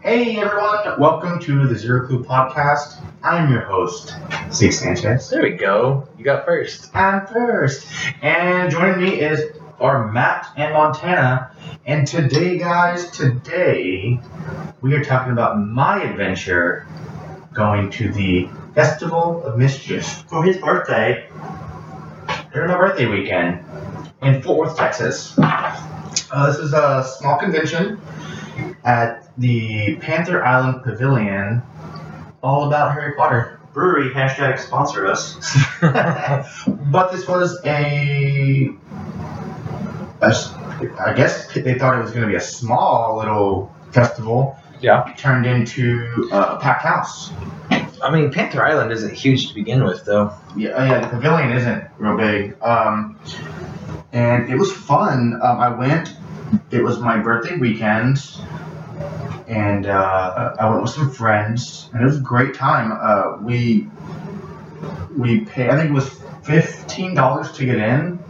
Hey everyone, welcome to the Zero Clue Podcast. I'm your host, Zeke Sanchez. There we go. You got first. I'm first. And joining me is our Matt and Montana. And today, guys, today we are talking about my adventure going to the Festival of Mischief for his birthday during my birthday weekend in Fort Worth, Texas. Uh, this is a small convention at the Panther Island Pavilion, all about Harry Potter. Brewery hashtag sponsor us. but this was a, a s- I guess they thought it was going to be a small little festival. Yeah. Turned into uh, a packed house. I mean, Panther Island isn't huge to begin with, though. Yeah, oh yeah, the pavilion isn't real big. Um, and it was fun. Um, I went. It was my birthday weekend, and uh, I went with some friends, and it was a great time. Uh, we we paid. I think it was fifteen dollars to get in.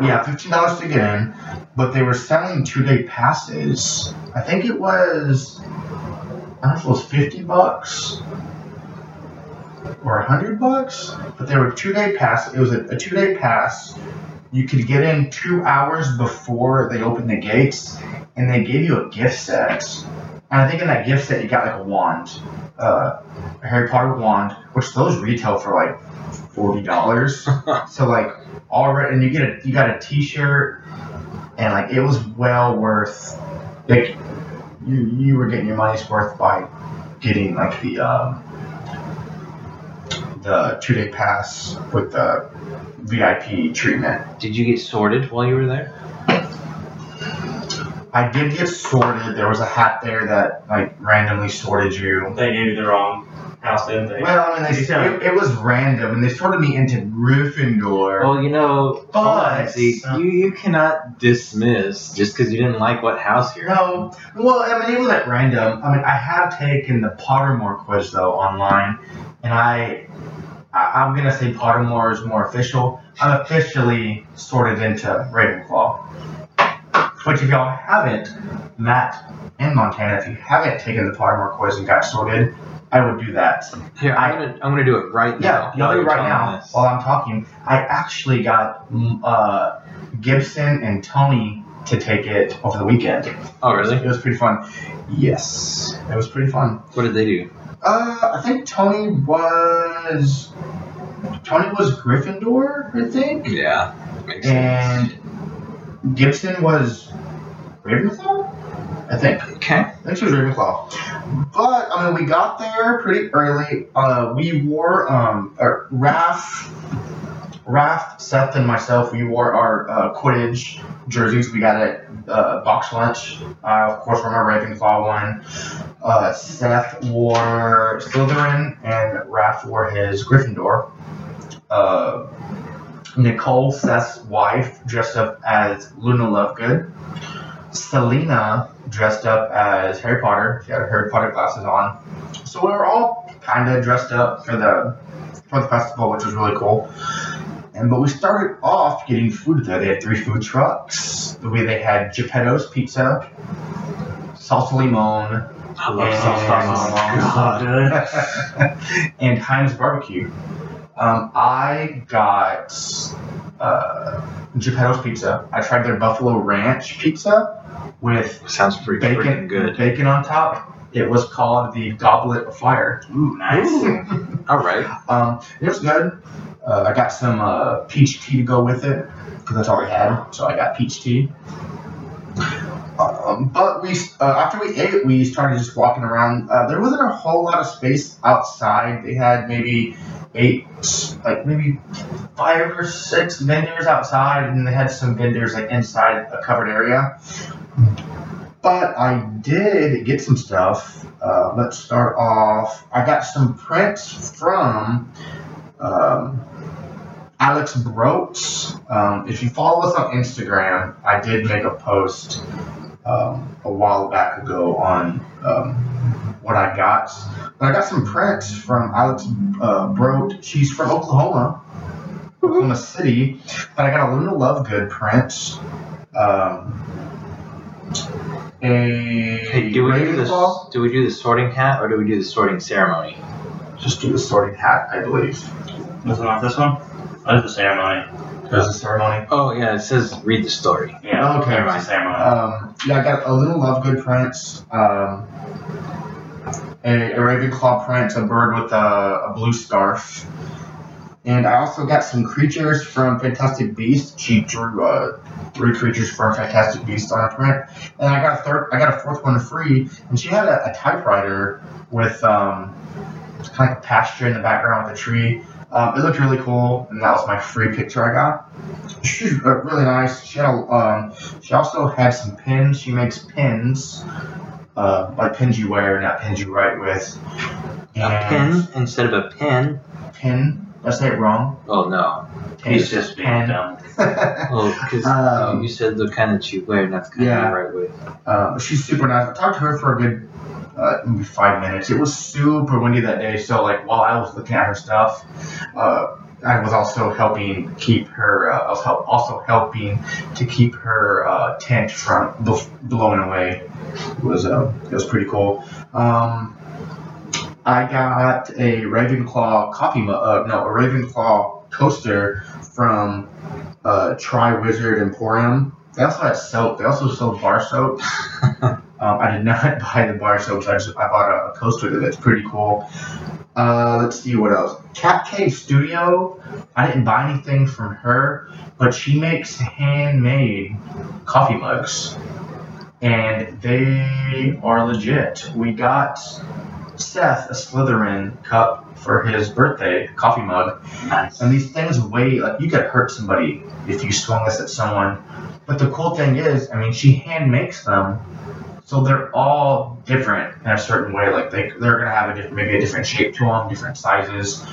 Yeah, fifteen dollars to get in, but they were selling two day passes. I think it was. I don't know if it was fifty bucks or a hundred bucks, but they were two day pass. It was a, a two day pass. You could get in two hours before they opened the gates, and they gave you a gift set. And I think in that gift set you got like a wand, uh, a Harry Potter wand, which those retail for like forty dollars. so like already, and you get a you got a T shirt, and like it was well worth like you you were getting your money's worth by getting like the um, the two day pass with the VIP treatment. Did you get sorted while you were there? I did get sorted. There was a hat there that like randomly sorted you. They gave you the wrong house, didn't they? Well, I mean, they, it, it was random, and they sorted me into Gryffindor. Well, you know, hold on, Zeke, you, you cannot dismiss just because you didn't like what house you're No, well, I mean, it was at random. I mean, I have taken the Pottermore quiz though online, and I, I I'm gonna say Pottermore is more official. I'm officially sorted into Ravenclaw. Which, if y'all haven't, Matt and Montana, if you haven't taken the Pottermore quiz and got sorted, I would do that. in. Here, I'm gonna I'm gonna do it right Yeah, now. y'all while do you're right telling now this. while I'm talking. I actually got mm, uh, Gibson and Tony to take it over the weekend. Oh, really? It was pretty fun. Yes, it was pretty fun. What did they do? Uh, I think Tony was Tony was Gryffindor, I think, Yeah, makes sense. and Gibson was Ravenclaw. I think. Okay. I think she was Ravenclaw. But I mean, we got there pretty early. Uh, we wore um, or Raph, Raph, Seth, and myself. We wore our uh, Quidditch jerseys. We got it uh, box lunch. Uh, of course, from our Ravenclaw one. Uh, Seth wore Slytherin, and Raph wore his Gryffindor. Uh, Nicole, Seth's wife, dressed up as Luna Lovegood. Selena dressed up as Harry Potter. She had her Harry Potter glasses on. So we were all kind of dressed up for the for the festival, which was really cool. And but we started off getting food there. They had three food trucks. The way they had Geppetto's pizza, salsa limon, I love sauce, sauce, sauce. Oh, and Heinz barbecue. Um, I got uh, Geppetto's pizza. I tried their buffalo ranch pizza with Sounds pretty bacon freaking good. Bacon on top. It was called the Goblet of Fire. Ooh, nice. All right. Um, it was good. Uh, I got some uh, peach tea to go with it because that's all we had. So I got peach tea. Um, but we uh, after we ate, we started just walking around. Uh, there wasn't a whole lot of space outside. They had maybe eight, like maybe five or six vendors outside, and they had some vendors like inside a covered area. But I did get some stuff. Uh, let's start off. I got some prints from um, Alex Broats. Um, if you follow us on Instagram, I did make a post um, a while back ago on um, what I got. But I got some prints from Alex uh, Broat. She's from Oklahoma, Oklahoma City. But I got a Luna Lovegood print. Um, a Hey, do we do Ravenclaw? this? Do we do the sorting hat or do we do the sorting ceremony? Just do the sorting hat, I believe. This one, not this one? Oh, it's the ceremony. That's the ceremony. Oh yeah, it says read the story. Yeah. Oh, Okay. It's the ceremony. Um, yeah, I got a little Lovegood print, um, a, a Ravenclaw print, a bird with a, a blue scarf. And I also got some creatures from Fantastic Beasts. She drew uh, three creatures from Fantastic Beasts on a print, and I got a third. I got a fourth one free. And she had a, a typewriter with um, kind of like a pasture in the background with a tree. Um, it looked really cool, and that was my free picture I got. She was uh, really nice. She had a, um, she also had some pins. She makes pins, uh, like pins you wear, not pins you write with. A pin instead of a pin. Pin. Did I say it wrong? Oh no. He's just being pen. dumb. Oh, because Um, you said the kind that you wear, and that's kind yeah. of right way. Uh, she's super nice. I talked to her for a good uh, maybe five minutes. It was super windy that day, so like while I was looking at her stuff, uh, I was also helping keep her. Uh, I was help, also helping to keep her uh, tent from bl- blown away. It was uh, it was pretty cool. Um, I got a Ravenclaw coffee mug. Uh, no, a Ravenclaw coaster from uh, Tri Wizard Emporium. They also had soap. They also sold bar soap. Um, I did not buy the bar soaps. I just I bought a, a coaster with it. It's pretty cool. Uh, let's see what else. Cat Cave Studio. I didn't buy anything from her, but she makes handmade coffee mugs, and they are legit. We got Seth a Slytherin cup for his birthday coffee mug, Nice. and these things weigh like you could hurt somebody if you swung this at someone. But the cool thing is, I mean, she hand makes them, so they're all different in a certain way. Like they they're gonna have a different, maybe a different shape to them, different sizes,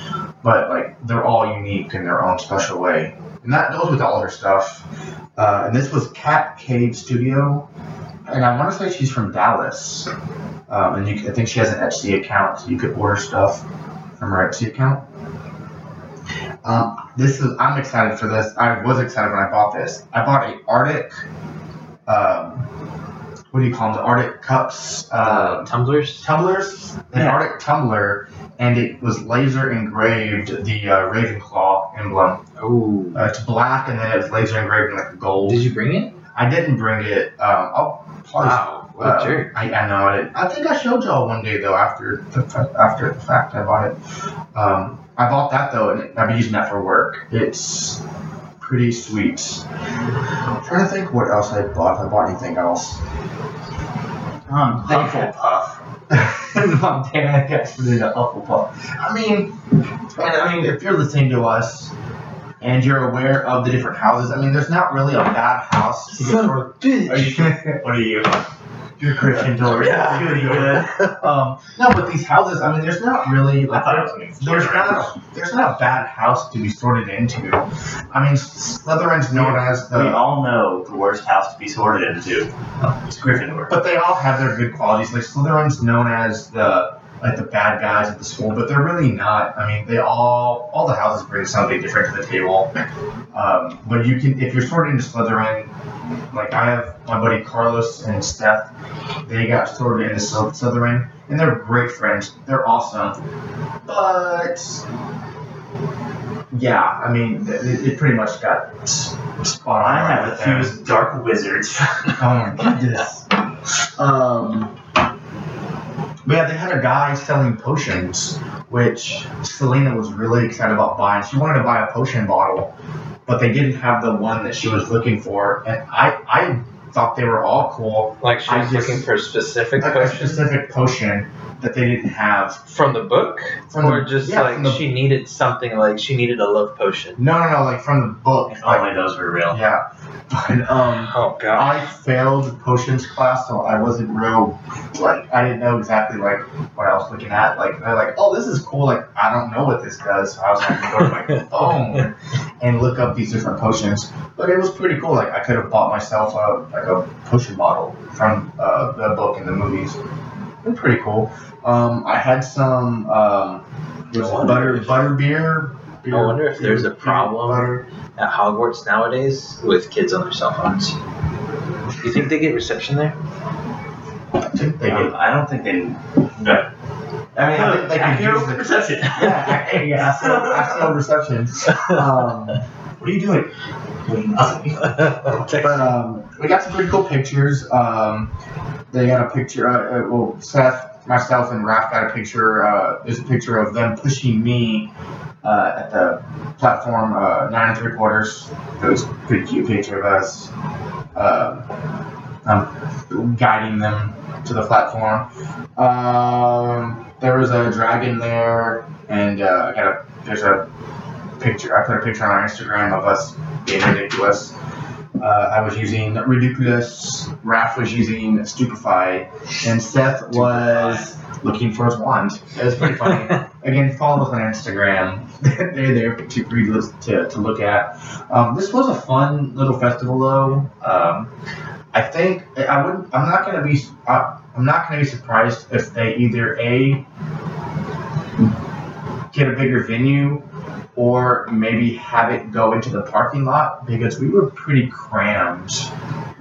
but like they're all unique in their own special way. And that goes with all her stuff. Uh, and this was Cat Cave Studio, and I want to say she's from Dallas. Um, and you, can- I think she has an Etsy account. So you could order stuff from her Etsy account. Um, this is I'm excited for this. I was excited when I bought this. I bought a Arctic, um, what do you call them? The Arctic cups, uh, tumblers. tumblers, an Yeah. Arctic tumbler, and it was laser engraved the uh, Ravenclaw emblem. Oh, Uh, it's black, and then it's laser engraved in like gold. did you bring it? I didn't bring it. Um, I'll probably. Wow, what uh, a jerk. I, I know it. I think I showed y'all one day though after the fa- after the fact I bought it. Um, I bought that though, and I've been using that for work. It's pretty sweet. I'm trying to think what else I bought. If I bought anything else. Um, Hufflepuff. Mom, damn, I got something to Hufflepuff. I mean, and I mean, if you're listening to us and you're aware of the different houses, I mean, there's not really a bad house. To get Son of sort Are you, what are you? of, you're Gryffindor. Yeah. you're Gryffindor. Um, no, but these houses, I mean, there's not really I like thought it was there's not a, there's not a bad house to be sorted into. I mean, Slytherin's known as We the, all know the worst house to be sorted into. It's Gryffindor. but they all have their good qualities. Like Slytherin's known as the like the bad guys at the school, but they're really not. I mean, they all all the houses bring something different to the table. Um, but you can if you're sorted into Slytherin, like I have my buddy Carlos and Steph, they got sorted into Sly- Slytherin, and they're great friends. They're awesome, but yeah, I mean, it, it pretty much got s- spot on. I Oh, right have there. accused dark wizards. Oh my goodness. um, but yeah, they had a guy selling potions, which Selena was really excited about buying. She wanted to buy a potion bottle, but they didn't have the one that she was looking for, and I I thought they were all cool. Like she's I just- looking for a specific Like a question specific potion that they didn't have. from the book, From or the- just yeah, like from the- she needed something, like she needed a love potion. No, no, no, like from the book. if Like, only those were real. yeah, but um. Oh god. I failed potions class, so I wasn't real like I didn't know exactly like what I was looking at. Like they're like, oh, this is cool. Like I don't know what this does, so I was like, go to my phone and look up these different potions. But it was pretty cool. Like I could have bought myself a like a potion bottle from uh, the book and the movies. They're pretty cool. Um, I had some um, what is No it, wonder butter there's- butter beer. beer I wonder if there's a beer- problem. butter. At Hogwarts nowadays, with kids on their cell phones, you think they get reception there? I think they did. Um, I don't think they. No. I mean, I think they could use the. perception. Yeah, I- yeah, I still, I still receptions. Um, What are you doing? Doing nothing. but um, we got some pretty cool pictures. Um, they got a picture. Uh, uh, well, Seth, myself, and Raph got a picture. Uh, there's a picture of them pushing me uh, at the platform uh, nine and three quarters. It was a pretty cute picture of us. Um, I'm guiding them to the platform. Um, there was a dragon there, and uh, I got a there's a picture. I put a picture on our Instagram of us being ridiculous uh, I was using Ridiculous, Raph was using Stupefy, and Seth was looking for his wand. It was pretty funny. Again, follow us on Instagram. They're there to, read, to, to look at. Um, this was a fun little festival, though. Um, I think I- I would. I'm not gonna be. I, I'm not gonna be surprised if they either a get a bigger venue or maybe have it go into the parking lot because we were pretty crammed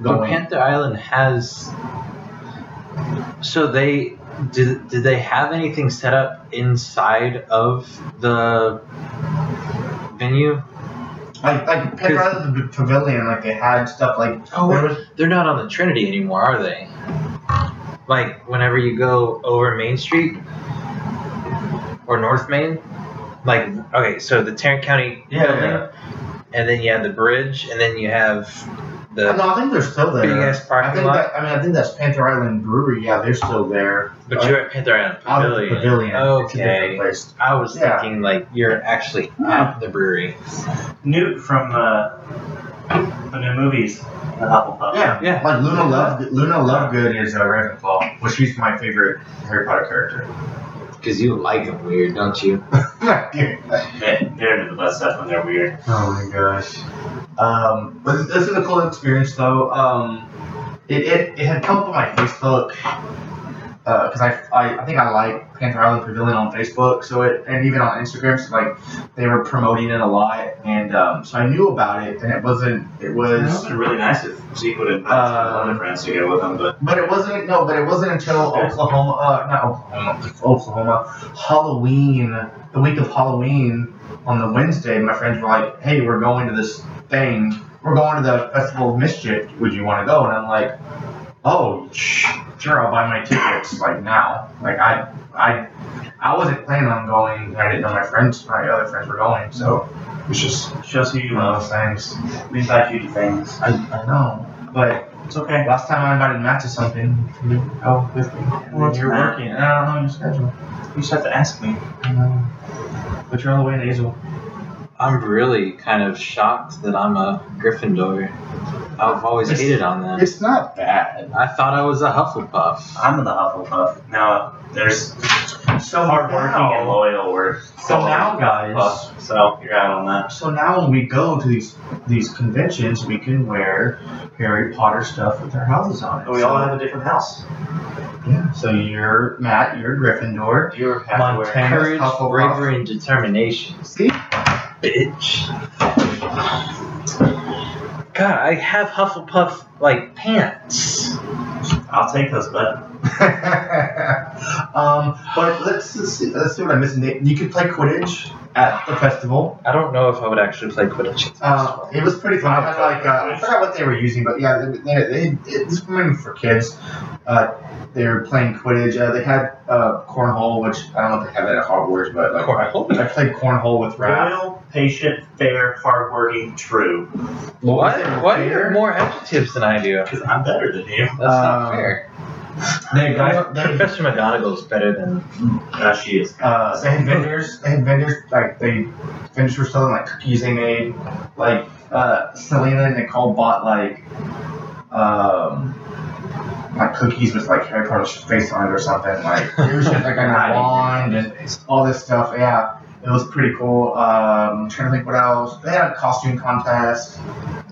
But going. Panther Island has. So they did. Did they have anything set up inside of the venue? Like like Panther Island, the pavilion, like they had stuff like Oh, there was They're not on the Trinity anymore, are they? Like whenever you go over Main Street or North Main, like okay, so the Tarrant County Yeah, building, yeah. and then you have the bridge, and then you have the no, I think they're still big there. ass I parking think lot. that, I mean I think that's Panther Island Brewery. Yeah, they're still there. but you're at Panther Island Out of the Pavilion. pavilion. It's a different Okay. place. I was Yeah. thinking like you're actually Yeah. at the brewery. Newt from uh, the new movies, the Hufflepuff. Yeah, Yeah. Like Luna Love Luna Lovegood is a Ravenclaw, which she's my favorite Harry Potter character. Because you like them weird, don't you? They- They're into the best stuff when they're weird. Oh my gosh. Um, but this is a cool experience though. Um, it, it, it had come up on my Facebook because I, I, I think I like Panther Island Pavilion on Facebook, so it and even on Instagram, so like they were promoting it a lot, and um, so I knew about it, and it wasn't it It was would been really nice if Zeke would invite Uh, some other friends to go with him, but But it wasn't no, but it wasn't until Oklahoma, uh, not Oklahoma, Oklahoma, Halloween, the week of Halloween on the Wednesday, my friends were like, "Hey, we're going to this thing. We're going to the Festival of Mischief. Would you want to go?" And I'm like, "Oh, sh- sure, I'll buy my tickets like now. Like I, I, I wasn't planning on going. I didn't know my friends, my other friends were going, so it's just show us who you one of love. those things. We invite you to things. I, I know, but." It's okay. Last time I invited Matt to something, you go with me. Well, it's you're Matt. working. and I don't know your schedule. You just have to ask me. I know. But you're on the way to Hazel. I'm really kind of shocked that I'm a Gryffindor. I've always It's- hated on them. It's not bad. I thought I was a Hufflepuff. I'm in the Hufflepuff. Now, there's So hardworking now, and loyal were so now, guys. Hufflepuff, so you're out on that. So now when we go to these these conventions, we can wear Harry Potter stuff with our houses on it. But we so, all have a different house. yeah. So you're Matt. You're Gryffindor. You have to wear Montana. Courage, Hufflepuff. bravery, and determination. See? Bitch. God, I have Hufflepuff like pants. I'll take those, bud. um, but let's, let's see, let's see what I'm missing. You could play Quidditch at the festival. I don't know if I would actually play Quidditch. at this Uh, one. it was pretty fun. I had like uh, I forgot what they were using, but yeah, they, they, they, it was mainly for kids. Uh, they were playing Quidditch. Uh, they had uh, cornhole, which I don't know if they have that at Hogwarts, but like I played cornhole with Raph. Loyal, patient, fair, hardworking, true. What? What are more adjectives than I do? Because I'm better than you. Um, That's not fair. They got they, Professor McGonagall is better than. No, she is. uh, they had vendors. They had vendors like they vendors were selling like cookies they made. Like uh, Selena and Nicole bought like um like cookies with like Harry Potter's face on it or something. Like it was just like on a wand and all this stuff. Yeah, it was pretty cool. Um, trying to think what else. They had a costume contest.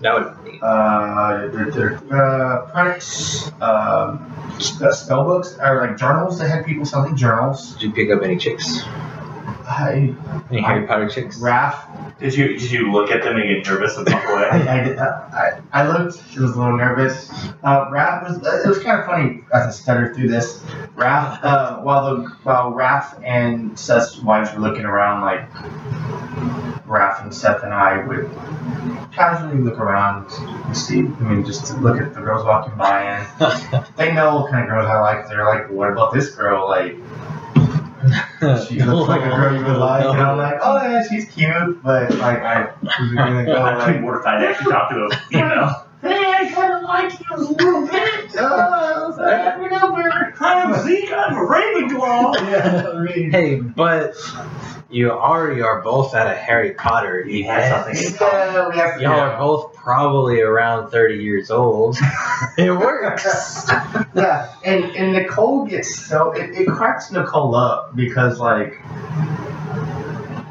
That would be neat. Uh, their, their, uh, products, um, uh, spell books or like journals. They had people selling journals. Did you pick up any chicks? I, Any Harry Potter chicks? Raph, Did you did you look at them and get nervous and walk away? I, I, I, I looked. She was a little nervous. Uh, Raph was. It was kind of funny. as I stuttered through this, Raph, uh, while the while Raph and Seth's wives were looking around, like Raph and Seth and I would casually look around and see. I mean, just to look at the girls walking by, and they know what kind of girls I like. They're like, "What about this girl? Like, she looks like a girl you would like." And I'm like, "Oh yeah, she's cute," but like I was gonna go I'm too like. mortified to actually talk to a female. I kind of like you a little bit. Uh, over. I'm Zeke. I'm a Ravenclaw. Yeah, I mean. Hey, but you already are both at a Harry Potter You event. had something. Yeah, we have to. Y'all are both probably around 30 years old. it works. Yeah, and and Nicole gets so it, it cracks Nicole up because like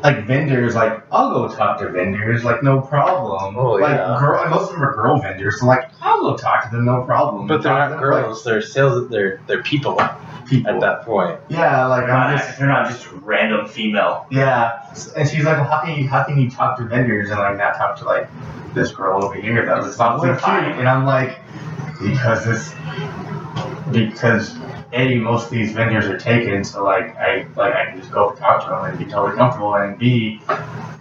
like vendors like I'll go talk to vendors like no problem. Oh, like yeah. girl, and most of them are girl vendors, so like I'll go talk to them no problem. But they're Talk to not them, girls, they're sales they're they're people at like, people. that point. Yeah, like They're not, I'm just just, they're not just random female. yeah, and she's like, how can you how can you talk to vendors and like not talk to like this girl over here that was not cute? Mortifying. And I'm like, because this because a most of these vendors are taken, so like I like I can just go talk to them and be totally comfortable, and b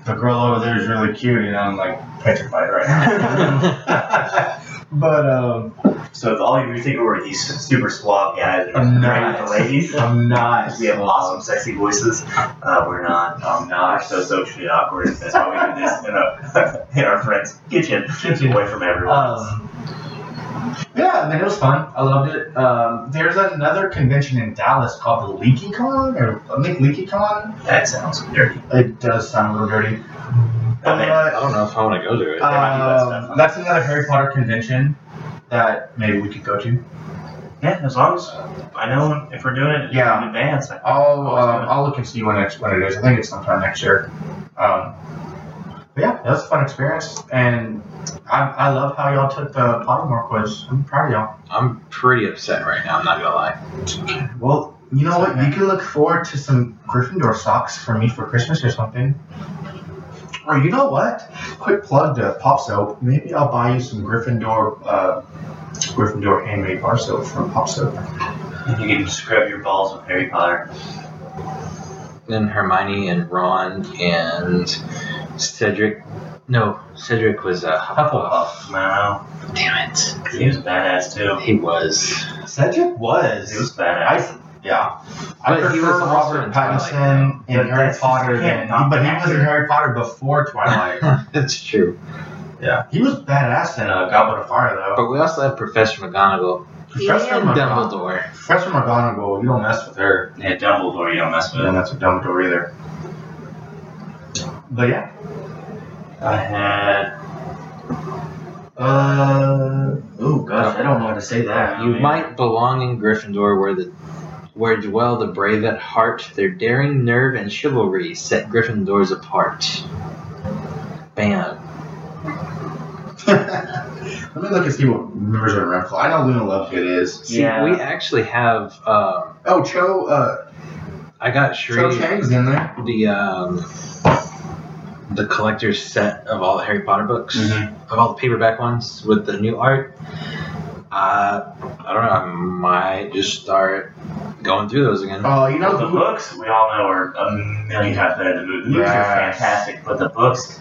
the girl over there is really cute, and I'm like petrified right now. but um, So if all of you think we're these super suave guys, we're I'm great not. with the ladies. I'm not. We have awesome, sexy voices. Uh, we're not. Um, not so socially awkward. That's why we do this in, a, in our friend's kitchen, Kitchen. away from everyone. else. Um, yeah, I mean, it was fun. I loved it. Um, there's another convention in Dallas called the Leaky Con, or I think Leaky Con. that sounds dirty. It does sound a little dirty. I mean, I don't know if I want to go to it. But, might be that stuff. um, that's another Harry Potter convention that maybe we could go to. Yeah, as long as I know when- if we're doing it Yeah. in advance. I, I'll Always um, good. I'll look and see when it, when it is. I think it's sometime next year. Um, but yeah, that was a fun experience, and I, I love how y'all took the Pottermore quiz. I'm proud of y'all. I'm pretty upset right now, I'm not gonna lie. Well, you know what? You can look forward to some Gryffindor socks for me for Christmas or something. Or you know what? Quick plug to Pop Soap. Maybe I'll buy you some Gryffindor, uh, Gryffindor handmade bar soap from Pop Soap. you can scrub your balls with Harry Potter. And Hermione and Ron and Cedric no, Cedric was a Hufflepuff. Wow. Damn it. He was badass too. He was. Cedric was. He was badass. I, yeah. I But prefer he was also Robert in Twilight, Pattinson though. But in Harry that's- Potter you can't than, knock but he the was in actor. Harry Potter before Twilight. That's true. yeah, he was badass in uh, Goblet of Fire though. But we also have Professor McGonagall Professor and McGonagall. Dumbledore. Professor McGonagall, you don't mess with her. Yeah, Dumbledore, you don't mess with. And that's a dumb door either. But yeah. I had. Uh, oh gosh, I don't know how to say that. You might belong in Gryffindor, where the where dwell the brave at heart. Their daring nerve and chivalry set Gryffindors apart. Bam. Let me look and see what members are in Redfall. I know Luna Lovegood is. See, Yeah. we actually have. Um, Oh, Cho, uh, I got Cho Shree Chang's in there. the um, the collector's set of all the Harry Potter books, Mm-hmm. of all the paperback ones with the new art. Uh, I don't know. I might just start going through those again. Oh, you know the who? books we all know are a million times better than the movies. The movies are Yes. fantastic, but the books.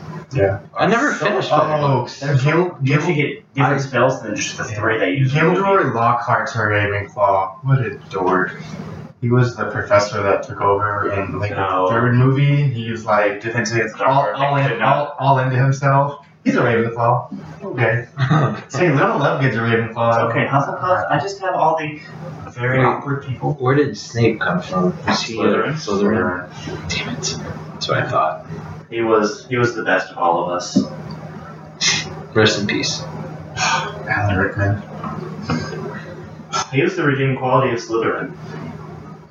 I never so- finished all the Oh, books. Gil, You actually Gil, get different I- spells than just the three they use. in the movie. Gilderoy Lockhart's her Ravenclaw. What a dork. He was the professor that took over in like, No. the third movie. He was like Defense Against the all, Dark Arts, all, they in, should not- all, all into himself. He's a Ravenclaw. Okay. Say, Little Love gets a uh, Ravenclaw. Okay, Hufflepuff. I just have all the very Wait. awkward people. Where did Snape come from? Was he a Slytherin. Slytherin? Damn it. That's what I thought. He was he was the best of all of us. Rest in peace. Alan Rickman. He was the redeeming quality of Slytherin.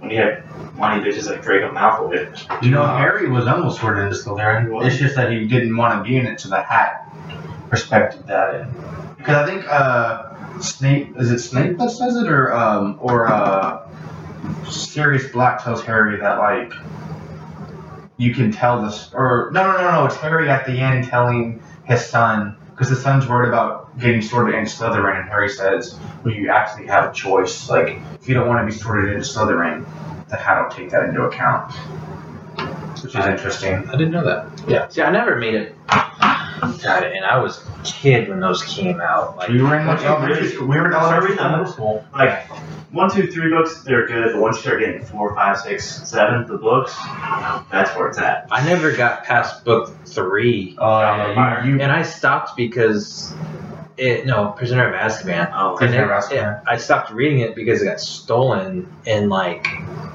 When he had money bitches like Draco Malfoy. You know, Uh, Harry was almost sorted into Slytherin. What? It's just that he didn't want to be in it, so the hat respected that. Because I think uh, Snape is it Snape that says it, or um, or uh, Sirius Black tells Harry that like you can tell this, or no, no, no, no, it's Harry at the end telling his son because the son's worried about getting sorted into Slytherin, and Harry says, "Well, you actually have a choice. Like, if you don't want to be sorted into Slytherin, then how don't take that into account?" Which is I- interesting. I didn't know that. Yeah. See, I never made it. Got it. And I was a kid when those came out. Like, We were in Like, like elementary. We were in elementary Sorry, school, no. middle school. Like one, two, three books, they're good. But once you start getting four, five, six, seven, the books, that's where it's at. I never got past book three, Oh, yeah, you, you, and I stopped because it. No, Prisoner of Azkaban. Oh, And Prisoner it- of Azkaban. yeah, I stopped reading it because it got stolen in like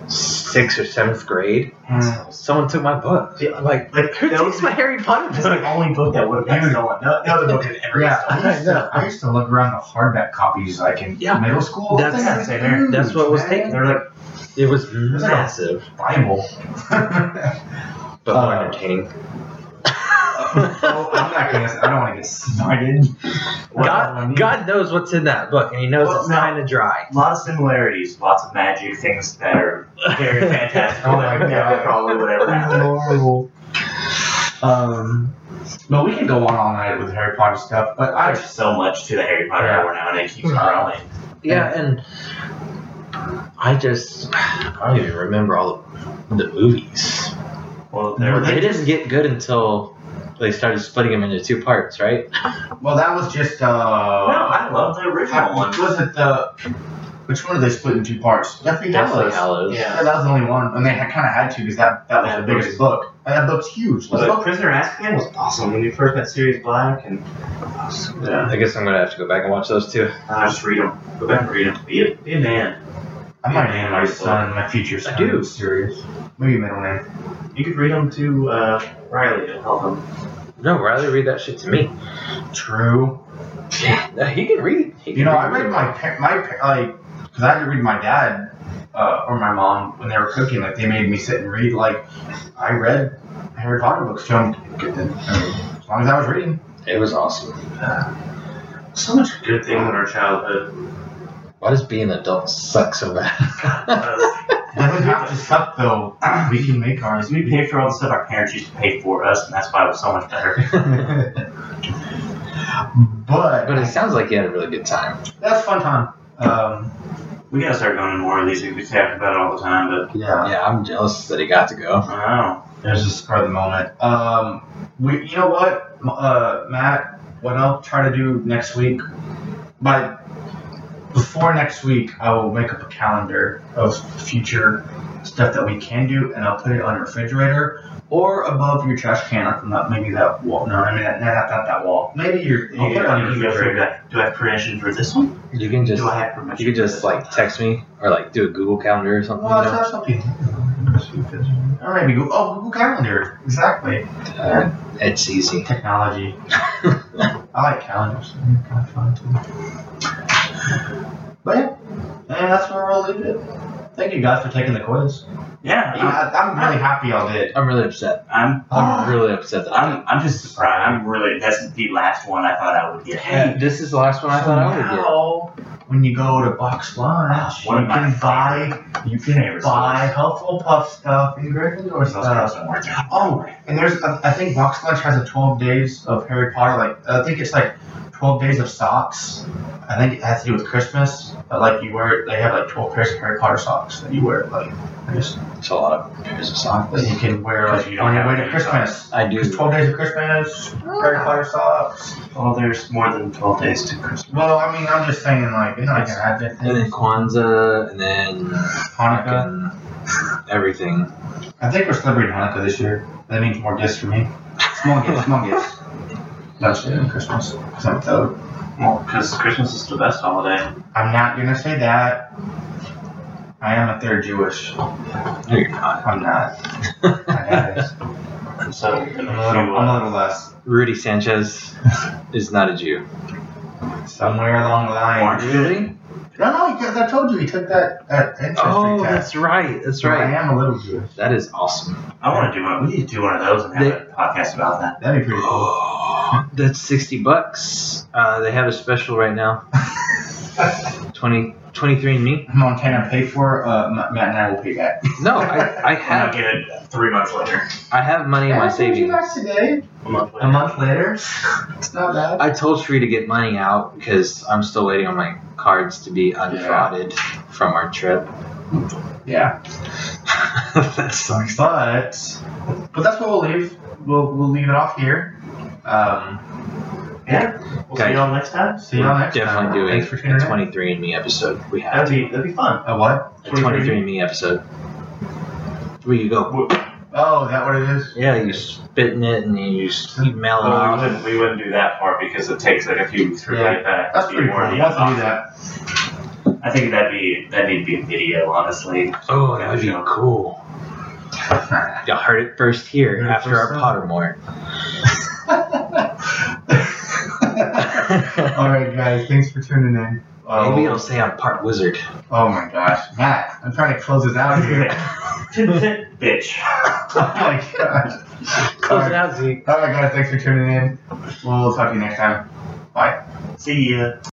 sixth or seventh grade. Mm. Someone took my book. Yeah. Like, Like, who that takes was- my Harry Potter That's the book? only book that would have been Dude. stolen. No, no other book had ever yeah. been I used, I know. to, I used to look around the hardback copies, like in Yeah. middle school. That's- Those things that's are in there. That's what was man. taken. stolen. They're like It was like a- massive, Bible. but more Uh, entertaining. oh, I'm not gonna. I don't want to get snorted. God, God knows what's in that book, and He knows Well, it's no. kind of dry. a lot of similarities, lots of magic things that are very fantastic. Oh my that never God. probably would ever happen. horrible. Um, but we can go on all night with Harry Potter stuff. But I, There's so much to the Harry Potter Yeah. lore now, and it keeps Mhm. growing. Yeah, and I just I don't even remember all the, the movies. Well, Were there they- They didn't get good until they started splitting them into two parts, right? well, that was just. Uh, No, I love the original one. Was it the? Which one did they split in two parts? Deathly Deathly Hallows. Hallows. Yeah. Yeah, that was the only one, and they kind of had to because that that was That the biggest book. And that book's huge. Let's But look. Prisoner of Azkaban was awesome when you first got Sirius Black, and yeah, I guess I'm gonna have to go back and watch those two. I just read them. Go back and read them. Be a, be a man. I might name my son, my future son. do. serious. Maybe middle name. You could read them to uh, Riley to help him. No, Riley, read that shit to me. True. No, he can read. He can You know, I read read my pa- my pa- like because I had to read my dad uh, or my mom when they were cooking. Like they made me sit and read. Like I read Harry Potter books to 'em, uh, as long as I was reading. It was awesome. So much good things in our childhood. Why does being an adult suck so bad? Uh, Doesn't have to suck though. We can make ours. we paid for all the stuff our parents used to pay for us, and that's why it was so much better. but but it sounds like you had a really good time. that's fun time. Um, We gotta start going to more of these. We talk about it all the time, but yeah. Yeah, I'm jealous that he got to go. I don't know. It was just part of the moment. Um, we, you know what, M- uh, Matt? What I'll try to do next week, but before next week, I will make up a calendar of future stuff that we can do, and I'll put it on your refrigerator or above your trash can. Like not maybe that wall. No, I mean that, not, not that wall. Maybe your. I'll put it on your refrigerator. do I have permission for this one? You can just do I have permission? you could for just this like one? text me or like do a Google Calendar or something. Well, you it's know? not something. Or maybe Google. Oh, Google Calendar. Exactly. Uh, it's easy. Technology. I like calendars. They're kind of fun too. But yeah, and that's where we'll leave it. Thank you guys for taking the quiz. Yeah, I, I'm, I'm really happy I did. I'm really upset. I'm, I'm really upset that I'm, I'm just surprised. I'm really. That's the last one I thought I would get. Hey, this is the last one I thought I would get. now, when you go to Box Lunch, Ah, One of you my can buy you favorite buy Hufflepuff stuff and Gryffindor Those girls stuff. don't work. Oh, and there's I I think Box Lunch has a 12 days of Harry Potter. Like I think it's like 12 days of socks. I think it has to do with Christmas, but like you wear they have like 12 pairs of Harry Potter socks that you wear like just It's a lot of pairs of that socks. you can wear like Because you don't on your have way to any Christmas. I do. There's 12 days of Christmas, Harry Potter socks. Well, there's more than 12 days to Christmas. Well, I mean, I'm just saying like you know like an Advent And then thing, Kwanzaa, and then Hanukkah. fucking everything. I think we're celebrating Hanukkah this year. That means more gifts for me. Small gifts, small gifts. That's it. Christmas. 'Cause I'm a toad. Well, because Christmas is the best holiday. I'm not gonna say that. I am a third Jewish. No, you're not. I'm not. I got it. So, uh, I'm a I'm little, I'm a little less. Rudy Sanchez is not a Jew. Somewhere along the line. Really? No, no, because I told you he took that, that entry Oh, test. that's right. That's I right. am a little Jewish. That is awesome. I want to do one. We need to do one of those and have They- a podcast about that. That'd be pretty cool. That's sixty bucks. Uh, they have a special right now. 20, 23 and me. Montana paid for. Uh, Ma- Matt and I will pay back. No, I, I And I'll have get it three months later. I have money in my savings. guys today. A month A later. month later, it's not bad. I told Shree to get money out because I'm still waiting on my cards to be unfrauded from our trip. Yeah, that sucks. but but that's what we'll leave. We'll we'll leave it off here. Um, We'll see Okay. y'all next time. see y'all next Definitely time. doing uh, Thanks for tuning a in. 23 and Me episode. We have That'd be that'd be fun. A what? a 23 and Me episode. Where you go? Oh, is that what it is? Yeah, you spit in it and you s- you mail Oh, it Well, we off. wouldn't we wouldn't do that part because it takes like a few weeks for Uh, Yeah. it to get back. That's Be pretty cool. more I of want to do the- that. I think that'd be that need to be a video, honestly. Oh, that would be Yeah. cool. Y'all heard it first here Heard it after our first Pottermore. All right, guys. Thanks for tuning in. Oh, Maybe it'll say I'm part wizard. oh my gosh, Matt, I'm trying to close this out here. Bitch. oh my gosh. Close it out, Zeke. All right, guys. Thanks for tuning in. We'll talk to you next time. See ya.